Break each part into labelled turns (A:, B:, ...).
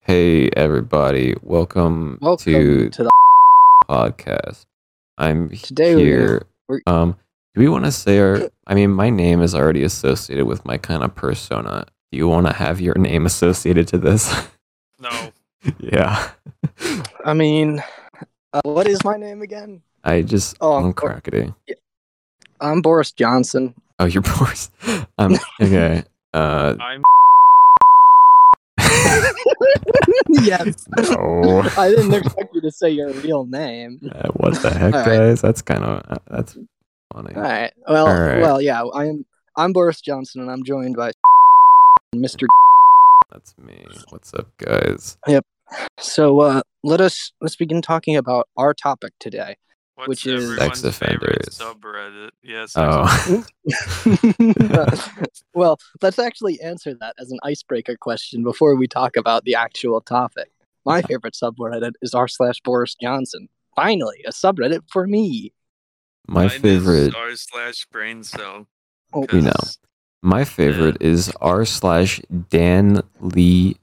A: Hey everybody, welcome,
B: Welcome
A: to
B: to,
A: the
B: the
A: podcast. I'm
B: Today we're
A: here.
B: we're-
A: um, do we want to say our? I mean, my name is already associated with my kind of persona. Do you want to have your name associated to this?
C: No.
A: yeah,
B: I mean, uh, what is my name again?
A: I just
B: Oh,
A: I'm
B: I'm-
A: crackety.
B: I'm Boris Johnson.
A: Oh, you're Boris. Um, okay. Uh,
C: I'm
B: yes.
A: no.
B: I didn't expect you to say your real name.
A: Uh, what the heck,
B: All right.
A: guys? That's kind of uh, that's funny.
B: All right. Well,
A: All right.
B: well, yeah. I'm I'm Boris Johnson, and I'm joined by Mr.
A: That's me. What's up, guys?
B: So uh, let us let's begin talking about our topic today.
C: what's
B: Which is-
C: everyone's
A: Sex
C: favorite
A: offenders.
C: subreddit. Yes.
A: Oh,
B: well, let's actually answer that as an icebreaker question before we talk about the actual topic. My favorite subreddit is r slash Boris Johnson. Finally, a subreddit for me.
A: my favorite.
C: R slash brain cell.
B: Oh,
A: You know.
C: 'cause
A: My favorite is r slash Dan Lee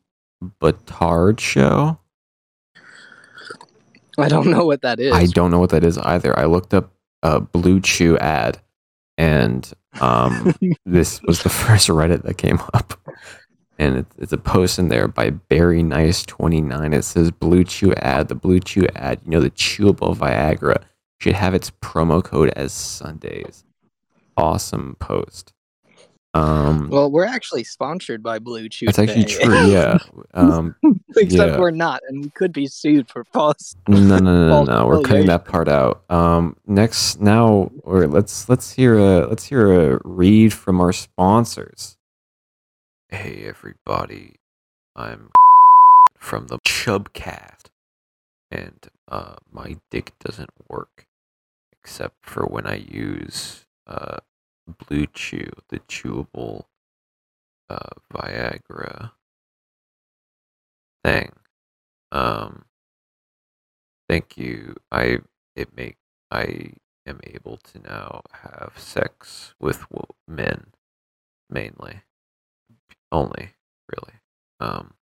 A: Batard show.
B: I don't know what that is.
A: I don't know what that is either. I looked up a Blue Chew ad, and um, this was the first Reddit that came up. And it, it's a post in there by Barry Nice twenty nine. It says Blue Chew ad. The Blue Chew ad. You know the chewable Viagra should have its promo code as Sundays. Awesome post. Um,
B: Well, we're actually sponsored by Blue Chew.
A: That's actually
B: today.
A: true. Yeah. Um,
B: Except
A: yeah.
B: we're not, and we could be sued for false.
A: no, no, no, no, no. We're cutting that
B: Multiple
A: part out. Um, next, now, or let's let's hear a let's hear a read from our sponsors. Hey everybody, I'm from the Chubcast, and uh, my dick doesn't work except for when I use uh, Blue Chew, the chewable uh, Viagra thing. Um, thank you. I it make I am able to now have sex with wo- men mainly, only really. Um,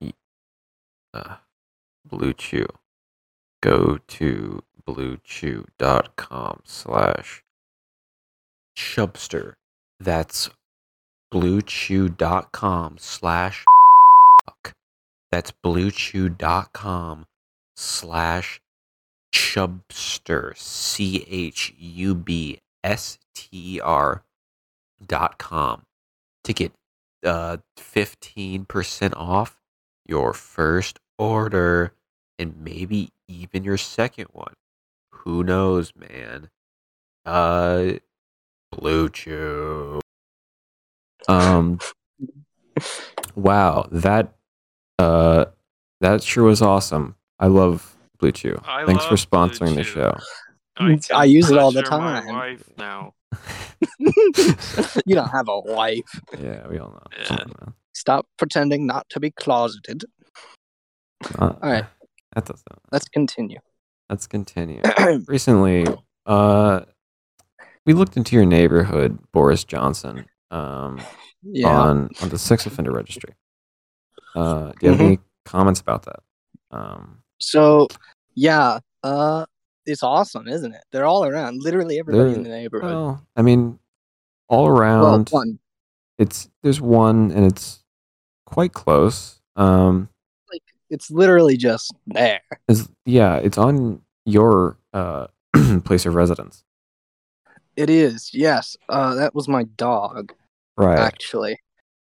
A: y- uh, Blue Chew. Go to bluechew.com slash chubster. That's bluechew.com slash fuck. That's bluechew.com slash chubster, C H U B S T E R dot com to get uh, 15% off your first order and maybe even your second one. Who knows, man? Uh, Blue Chew. Um, wow, that uh, that sure was awesome. I love Blue Chew.
C: I
A: Thanks for
C: love Blue
A: sponsoring the
C: Chew.
A: show.
C: I,
B: Mm, I
C: can
B: use it all the
C: pleasure my
B: time.
C: wife now.
B: you don't have a wife.
A: Yeah, we all know.
C: Yeah.
B: Stop pretending not to be closeted. All right.
A: That doesn't.
B: Let's continue.
A: Let's continue. Recently, uh, we looked into your neighborhood, Boris Johnson, um,
B: yeah.
A: on on the sex offender registry. Uh, do you have
B: Mhm.
A: any comments about that? Um,
B: So, yeah. Uh, it's awesome, isn't it? They're all around. Literally everybody in the
A: They're-
B: neighborhood.
A: well, I mean, all
B: well,
A: around.
B: one.
A: it's there's one and it's quite close um
B: It's literally just there.
A: is yeah it's on your uh place of residence
B: It is. Yes. Uh, that was my dog,
A: right
B: actually.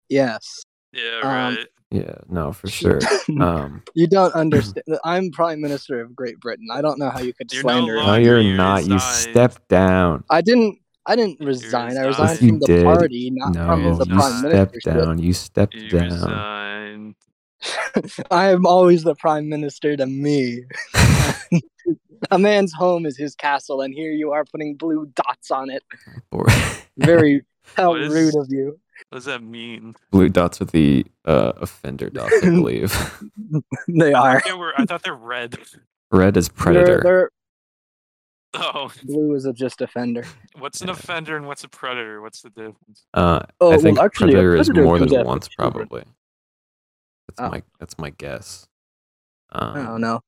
B: Yes.
C: Yeah,
B: Um,
C: right.
A: yeah no for sure um
B: You don't understand. I'm Prime Minister of Great Britain. I don't know how you could
C: You're no
B: slander.
C: longer-
A: no
C: Oh,
A: you're
C: you
A: not you
C: resigned.
A: step down
B: I didn't. I didn't resign. I
C: resigned.
B: resigned
A: You
B: from the
A: did.
B: party, not from
A: no
B: the
A: you
B: prime
A: step
B: ministership.
A: down you step
C: You
A: down
C: resigned.
B: I am always the prime minister to me. A man's home is his castle, and here you are putting blue dots on it.
A: Or-
B: Very how
C: What is-
B: rude of you.
C: What does that mean?
A: blue dots are the uh offender dots i believe
B: They
C: I
B: are
C: thought they were. I thought they're red.
A: red is
B: They're-
A: predator
B: they're-
C: Oh,
B: Blue is a just offender.
C: what's an offender and what's a predator? What's the difference?
A: Uh,
B: Oh,
A: I think
B: well, actually, a
A: predator is
B: predator
A: more
B: comes
A: than
B: after
A: once,
B: children.
A: probably. That's
B: Oh.
A: my that's my guess. Um,
B: I don't know.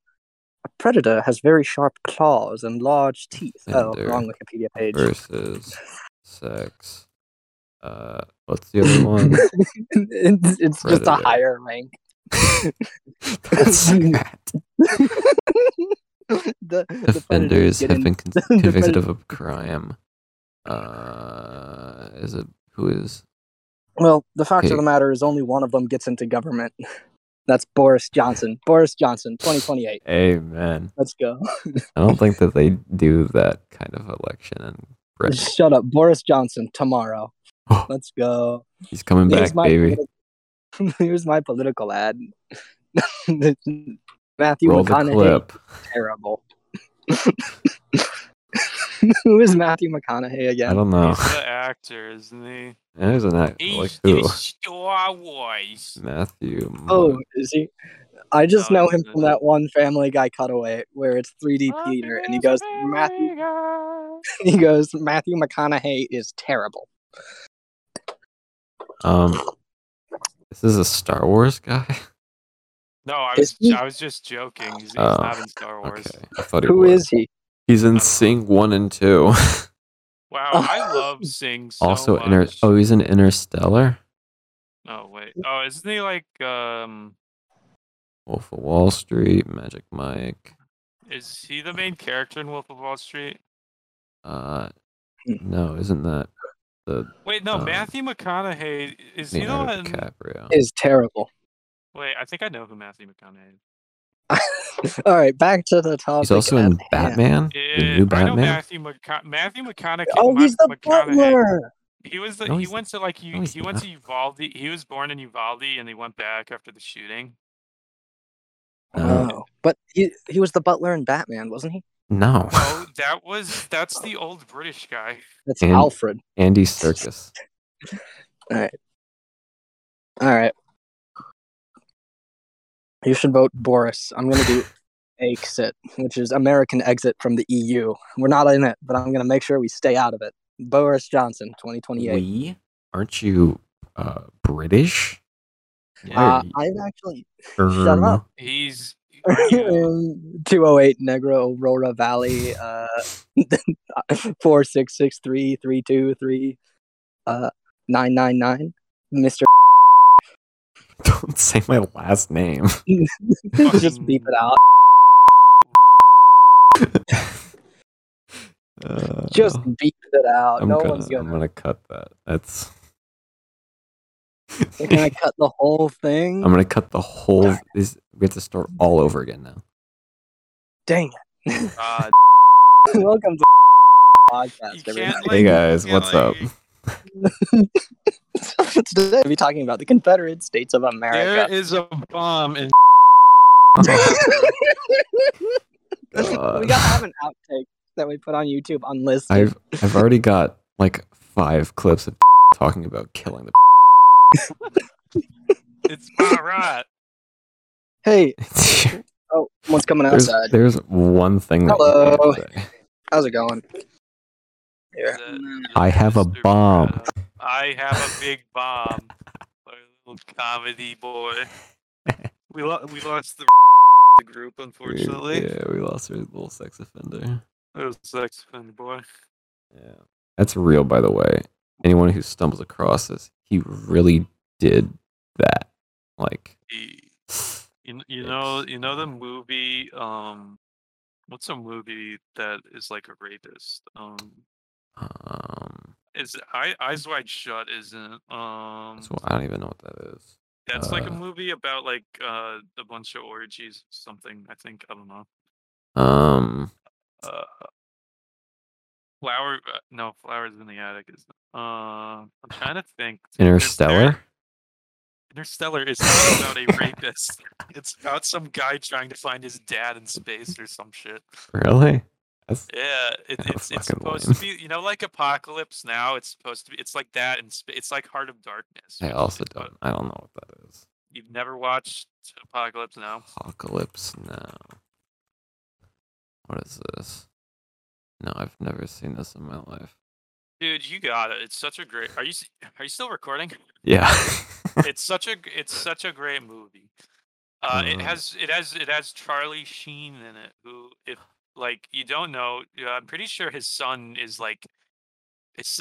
B: A predator has very sharp claws and large teeth.
A: Offender
B: Oh, wrong Wikipedia page.
A: Versus sex. Uh, what's the other one?
B: it's it's just a
A: Predator.
B: higher rank.
A: That's sad.
B: the, the
A: Offenders
B: predators get
A: have
B: in-
A: been con-
B: the
A: convicted
B: predator-
A: of a crime. Uh, is it who is?
B: Well, the fact
A: Okay.
B: of the matter is, only one of them gets into government. That's Boris Johnson. Boris Johnson, 2028.
A: Amen.
B: Let's go.
A: I don't think that they do that kind of election in Britain.
B: Shut up, Boris Johnson. Tomorrow. Let's go.
A: He's coming Oh. back, baby.
B: politi- Here's my political ad. Matthew
A: Roll the
B: McConaughey.
A: clip.
B: Terrible. Who is Matthew McConaughey
A: I
B: again?
A: don't know.
C: He's the actor, isn't he?
A: There's an act
C: He's
A: Oh. like
C: the
A: who?
C: Star Wars.
A: Matthew.
B: Oh, is he? I just
C: No,
B: know
C: he's
B: him from
C: not.
B: that one Family Guy cutaway where it's 3D theater, and he goes, Matthew, he goes, Matthew McConaughey is terrible.
A: Um, this is a Star Wars guy.
C: No, I
B: Is
C: was
B: he-
C: I was just joking. He's, he's
A: Oh,
C: not in Star Wars.
A: Okay, I thought he
B: Who
A: was.
B: is he?
A: He's in
C: don't know.
A: Sing One and Two.
C: Wow, I love Sing so
A: Oh, also,
C: much.
A: inter- oh, he's in Interstellar,
C: Oh wait. Oh, isn't he like um?
A: Wolf of Wall Street, Magic Mike.
C: Is he the main character in Wolf of Wall Street?
A: Uh,
B: Hmm.
A: no, isn't that the
C: Wait, no,
A: Um,
C: Matthew McConaughey is he the
A: Leonardo
C: one?
A: DiCaprio?
B: Is terrible.
C: Wait, I think I know who Matthew McConaughey is.
B: All right, back to the topic.
A: He's also
B: at
A: in
B: hand.
A: Batman, the
C: Yeah,
A: new
C: I know
A: Batman.
C: Matthew McCona- Matthew McConaughey.
B: Oh,
C: Ma-
B: he's the
C: McConaughey.
B: butler.
C: He was the,
A: No,
C: he
A: he's-
C: went to like
A: no,
C: you
A: he's
C: he went to Uvalde. He was born in Uvalde and he went back after the shooting.
A: Uh,
B: Oh, but he he was the butler in Batman, wasn't he?
A: no,
C: Oh, that was that's the old British guy.
B: That's
A: And-
B: Alfred.
A: Andy Serkis.
B: All right. You should vote Boris. I'm going to do exit, which is American exit from the EU. We're not in it, but I'm going to make sure we stay out of it. Boris Johnson, 2028.
A: We aren't you uh, British?
B: uh, I've actually shut
A: Um,
B: up.
C: He's yeah.
B: Um, 208 Negro Aurora Valley uh 4663323 uh 999 Mr.
A: Don't say my last name.
B: just beep it out.
A: Uh,
B: Just beep it out.
A: I'm
B: no
A: gonna,
B: one's going
A: I'm gonna cut that. That's.
B: They're gonna cut the whole thing.
A: I'm gonna cut the whole. This, we have to start all over again now.
B: Dang
C: Uh,
B: it! Welcome to podcast.
C: you can't,
B: Everybody.
C: like,
A: hey guys,
C: yeah,
A: what's
C: like,
A: up?
B: Today we'll be talking about the Confederate States of
C: There
B: America.
C: is a bomb in
B: we
A: God.
B: gotta have an outtake that we put on YouTube unlisted.
A: I've I've already got like five clips of talking about killing the.
C: it's Barat.
B: Hey,
A: there's,
B: oh, what's coming outside?
A: there's one thing that you
B: Hello.
A: can't say.
B: How's it going?
C: Is
B: Here.
C: it-
A: I have a
C: Mr.
A: bomb.
C: Barrett. uh, I have a big bomb. My little comedy boy. We lo- we lost the the group unfortunately.
A: Yeah, we lost our little sex offender.
C: It was sex offender boy.
A: Yeah. That's real, by the way. Anyone who stumbles across this, he really did that. Like,
C: He- You, kn- you know you know the movie um what's a movie that is like a rapist um
A: um,
C: is I, eyes wide shut isn't um
A: so I don't even know what that is.
C: that's like a
A: uh,
C: movie about like uh a bunch of orgies or something I think I don't know
A: Um,
C: uh flower uh, no flowers in the attic is uh I'm trying to think There's- there-
A: Interstellar.
C: Interstellar is not about a rapist it's about some guy trying to find his dad in space or some shit
A: Really? That's,
C: Yeah, it,
A: Yeah,
C: it's it's
A: fucking
C: supposed to be you know like Apocalypse Now. It's supposed to be it's like that and it's like Heart of Darkness.
A: I
C: which
A: also
C: is- but
A: don't. I don't know what that is.
C: You've never watched Apocalypse Now?
A: Apocalypse Now. What is this? No, I've never seen this in my life.
C: Dude, you got it. It's such a great. Are you s- are you still recording?
A: Yeah.
C: It's such a g- it's such a great movie. Uh, it
A: Uh.
C: has it has it has Charlie Sheen in it. Who, if like you don't know, yeah, I'm pretty sure his son is like, it's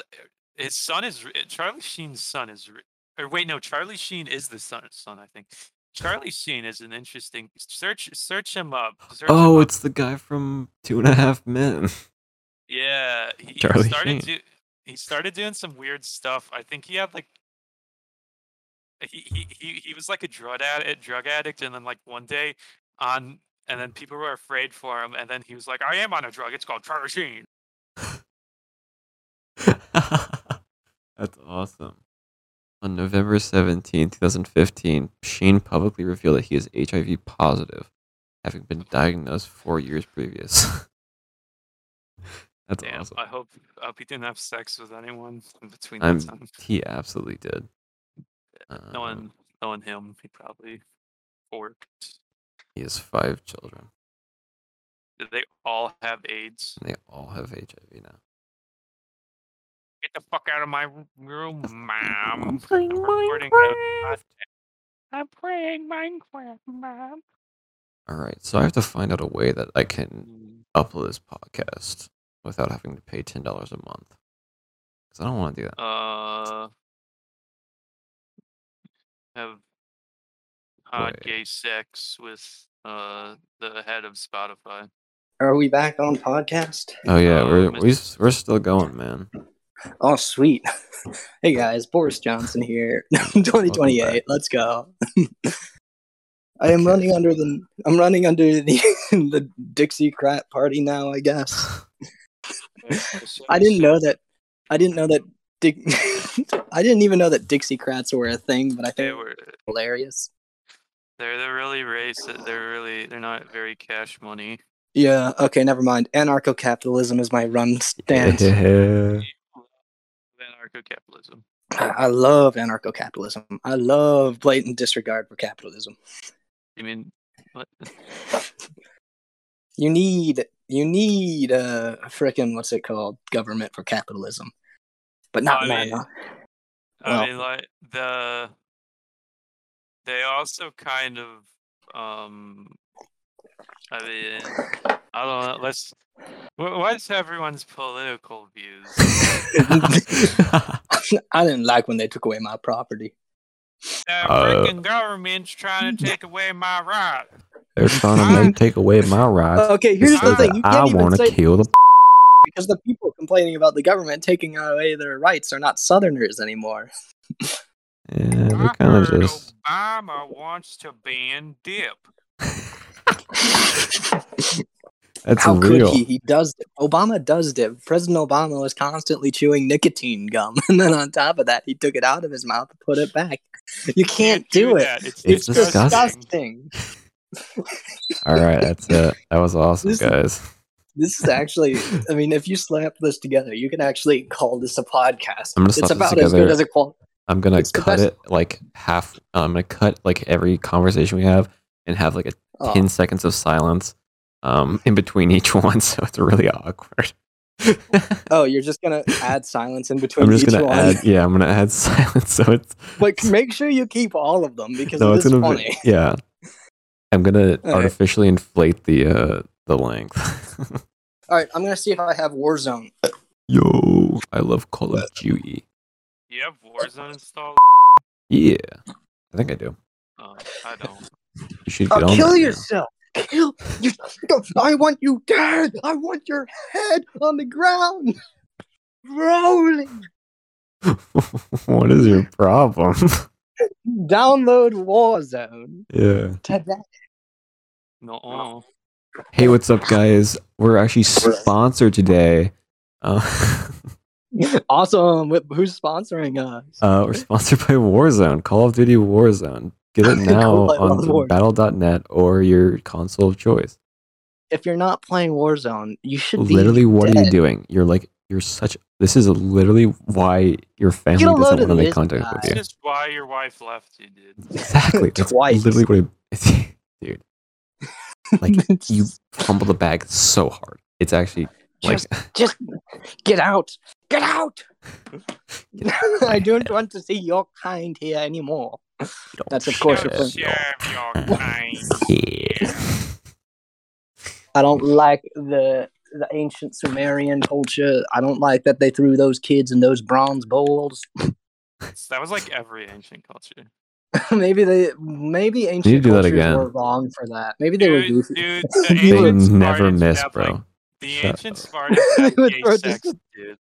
C: his son is r- Charlie Sheen's son is, r- or wait, no, Charlie Sheen is the son son I think. Charlie Sheen is an interesting search. Search him up. Search him
A: oh,
C: up.
A: it's the guy from Two and a Half Men.
C: Yeah, he he
A: Charlie
C: started
A: Sheen.
C: do, he started doing some weird stuff. I think he had like he he he, he was like a drug addict, drug addict, and then like one day on, and then people were afraid for him, and then he was like, "I am on a drug. It's called Charlie Sheen."
A: That's awesome. On November 17, 2015, Sheen publicly revealed that he is HIV positive, having been diagnosed four years previous. That's
C: Damn,
A: awesome.
C: I hope I hope he didn't have sex with anyone in between
A: I'm-
C: that time.
A: He absolutely did. Um,
C: Knowing knowing him, he probably worked.
A: He has five children.
C: Did they all have AIDS?
A: and They all have HIV now.
C: Get the fuck out of my r- room, mom. um, recording a
A: All
C: I'm playing Minecraft, Mom.
A: right, so I have to find out a way that I can
C: Mm,
A: upload this podcast without having to pay ten dollars a month. Because I don't want to do that.
C: Uh, have hot
A: Wait.
C: gay sex with uh the head of Spotify.
B: Are we back on podcast?
A: Oh yeah,
C: Oh,
A: we're
C: Mr.
A: we, s- we're still going, man.
B: Oh, sweet. hey guys, Boris Johnson here.
A: Welcome
B: 2028.
A: back.
B: Let's go. I am
A: Okay.
B: running under the I'm running under the the Dixie crap party now, I guess. I didn't know that I didn't know that Dick I didn't even know that Dixiecrats were a thing, but I
C: They
B: think
C: were
B: they're hilarious.
C: they're they're really racist. They're really they're not very cash money.
B: Yeah, okay, never mind. Anarcho capitalism is my run stance.
A: Yeah.
C: Anarcho capitalism.
B: I love anarcho capitalism. I love blatant disregard for capitalism.
C: You mean what?
B: You need you need a frickin' what's it called? Government for capitalism. But not
C: I
B: man.
C: mean-
B: Well-
C: I mean, like the they also kind of um. I mean, I don't know. Let's. wha- What's everyone's political views?
B: I didn't like when they took away my property.
C: That
A: Uh,
C: freaking government's trying to take away my right.
A: They're trying to make, take away my rights.
B: Okay, here's the
C: because
B: thing. You
A: I
B: can't even
A: want to
B: say
A: kill the.
B: because the people complaining about the government taking away their rights are not Southerners anymore.
A: Yeah, they're
C: I
A: kind of
C: heard
A: just.
C: Obama wants to ban dip.
A: That's
B: How
A: real.
B: could he? He does. Obama does dip. President Obama was constantly chewing nicotine gum, and then on top of that, he took it out of his mouth and put it back. You can't, do, it.
C: that. It's,
A: It's disgusting.
B: Disgusting.
A: All right, that's it. That was awesome,
B: This is-
A: guys.
B: This is actually. I mean, if you slap this together, you can actually call this a podcast.
A: I'm gonna slap this
B: it's about as
A: together.
B: good as a qual.
A: I'm gonna
B: It's the
A: cut
B: best.
A: it like half. I'm gonna cut like every conversation we have and have like a
B: Oh,
A: 10 seconds of silence um, in between each one, so it's really awkward.
B: oh, you're just gonna add silence in between.
A: I'm just
B: each
A: gonna
B: one.
A: add, yeah, I'm gonna add silence, so it's
B: But make sure you keep all of them because
A: no,
B: it
A: it's
B: is
A: gonna
B: funny.
A: be yeah. I'm gonna
B: right.
A: artificially inflate the uh, the length.
B: All right, I'm gonna see if I have Warzone.
A: Yo, I love Call of Duty.
C: You have Warzone installed?
A: Yeah, I think I do.
C: Oh, I don't.
A: You should get
B: Oh,
A: on
B: kill
A: that now.
B: yourself. Kill you. I want you dead. I want your head on the ground, rolling.
A: what is your problem?
B: Download Warzone
A: yeah.
B: today.
C: No. uh,
A: Hey, what's up, guys? We're actually sponsored today. Uh,
B: Awesome. Wh- Who's sponsoring us?
A: Uh, we're sponsored by Warzone, Call of Duty Warzone. Get it now
B: Call of
A: on
B: Duty.
A: battle.net or your console of choice.
B: if you're not playing Warzone, you should be
A: Literally, what are you
B: dead.
A: doing? You're like, you're such. This is literally why your family
B: a
A: doesn't
B: load
A: want
B: of
A: to make
B: this
A: contact
B: guy.
A: with
C: That's
A: you.
C: just why your wife left you, dude.
A: Exactly. That's
B: Twice.
A: literally what I. Dude, like, you fumble the bag so hard. It's actually Like,
B: Just get out. Get out. I don't want to see your kind here anymore. That's of course
C: Don't
B: your point.
C: serve your kind.
A: yeah.
B: I don't like the the ancient Sumerian culture. I don't like that they threw those kids in those bronze bowls.
C: That was like every ancient culture.
B: maybe they maybe
A: do
B: ancient
A: that
B: cultures
A: again.
B: were wrong for that. Maybe they were
C: Dude,
B: goofy. You
C: dude, the
A: They
B: were-
C: ancient
A: never
C: Spartans
A: miss,
C: have,
A: bro.
C: like, the
A: Shut
C: ancient
A: up.
C: Spartans
B: I
C: had
B: would
C: gay
B: throw this-
C: sex, dude.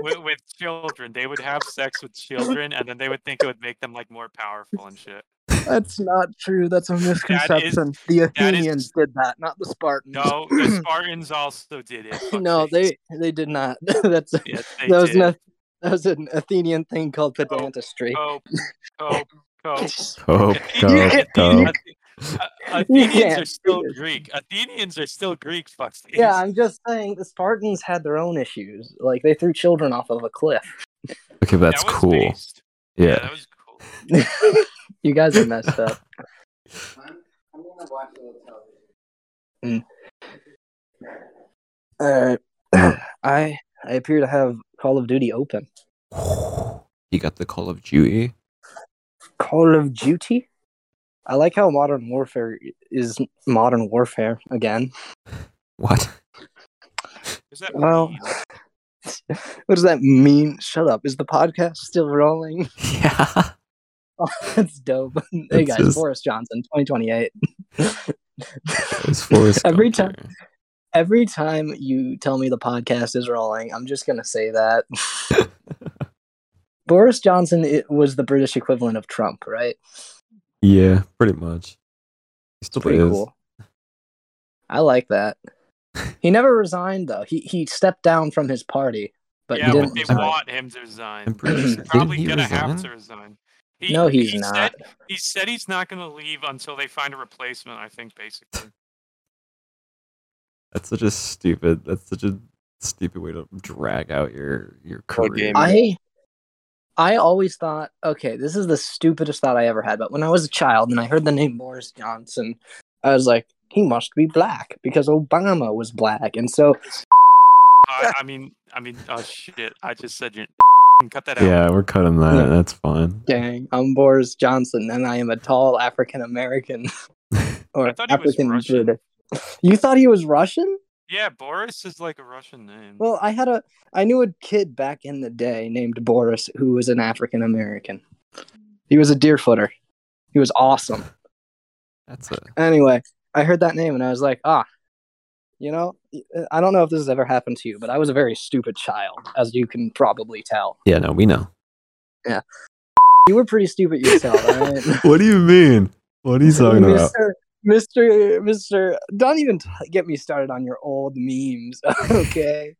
C: With, with children, they would have sex with children, and then they would think it would make them like more powerful and shit.
B: That's not true. That's a misconception. the
C: that is-
B: Athenians did that, not the Spartans.
C: No, the Spartans also did it. fuck
B: no,
C: sakes.
B: they they did not. That's a,
C: Yes, they
B: that was
C: did.
B: not, that was an Athenian thing called pedantistry.
C: Cope, cope, cope.
A: Cope,
C: Athenians-
A: cope, cope.
C: Athe- A- Athenians
B: can't
C: are still
B: do this.
C: Greek. Athenians are still Greek. Fuck. sakes.
B: Yeah, I'm just saying the Spartans had their own issues. Like they threw children off of a cliff.
A: Okay, but
C: That
A: that's
C: was
A: cool.
C: based. Yeah.
A: Yeah.
C: that was cool.
B: you guys are messed up. Mm. Alright. I I appear to have Call of Duty open.
A: He got the Call of Duty.
B: Call of Duty? I like how Modern Warfare is Modern Warfare again.
A: What?
C: Is that
B: Well,
C: mean?
B: what does that mean? Shut up. Is the podcast still rolling?
A: Yeah.
B: Oh, that's dope. hey
A: It's
B: guys,
A: just-
B: Forrest Johnson, 2028.
A: It's Forrest
B: Every
A: Gump.
B: Every time you tell me the podcast is rolling, I'm just going to say that. Boris Johnson it was the British equivalent of Trump, right?
A: Yeah, pretty much. He still
B: Pretty
A: is.
B: cool. I like that. He never resigned though. He he stepped down from his party, but
C: yeah,
B: he
C: but
B: didn't.
C: they
B: resign.
C: want him to resign.
A: I'm pretty
C: he's
A: sure-
C: probably
A: didn't he
C: gonna have
A: resign?
C: to resign. He,
B: no, he's
C: he
B: not.
C: Said, he said he's not gonna leave until they find a replacement. I think basically.
A: That's such a stupid. That's such a stupid way to drag out your your
D: What
A: career.
D: game?
B: I I always thought, okay, this is the stupidest thought I ever had. But when I was a child and I heard the name Boris Johnson, I was like, he must be black because Obama was black, and so
C: I, I mean, I mean, oh shit! I just said you cut that out.
A: Yeah, we're cutting that.
B: Yeah.
A: That's fine.
B: dang, I'm Boris Johnson, and I am a tall African American
C: I
B: or
C: thought he was
B: African
C: Russian.
B: British. You thought he was Russian?
C: Yeah, Boris is like a Russian name.
B: Well, I had a I knew a kid back in the day named Boris who was an African American. He was a deer footer. He was awesome.
A: That's a
B: Anyway, I heard that name and I was like, ah, you know, I don't know if this has ever happened to you, but I was a very stupid child, as you can probably tell.
A: yeah. No, we know.
B: You were pretty stupid yourself, alright?
A: what do you mean? What are you talking about?
B: Mr. Mr. Mr. Don't even t- get me started on your old memes, okay?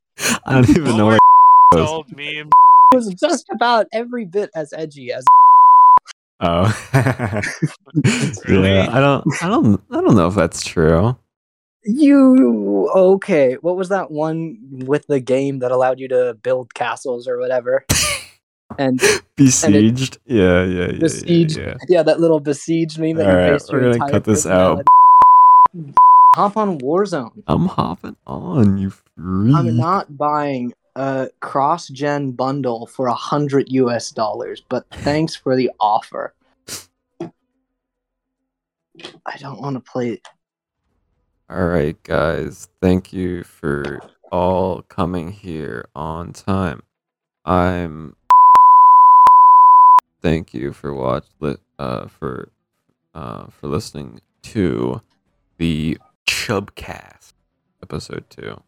A: I don't even know. What
C: Boris told me
B: It was just about every bit as edgy as
A: oh,
C: Really?
A: yeah. I don't. I don't. I don't know if that's true.
B: You okay? What was that one with the game that allowed you to build castles or whatever? and
A: Besieged. Yeah, yeah, yeah, yeah.
B: Besieged.
A: Yeah.
B: yeah, that little besiege meme that
A: All
B: you
A: right,
B: based
A: we're
B: your
A: gonna
B: entire
A: cut this
B: personality- Hop on Warzone.
A: I'm hopping on you. Freak.
B: I'm not buying a cross-gen bundle for a hundred US dollars, but thanks for the offer. I don't want to play.
A: All right, guys. Thank you for all coming here on time. I'm. Thank you for watch li- uh, for uh, for listening to the Chubcast episode two.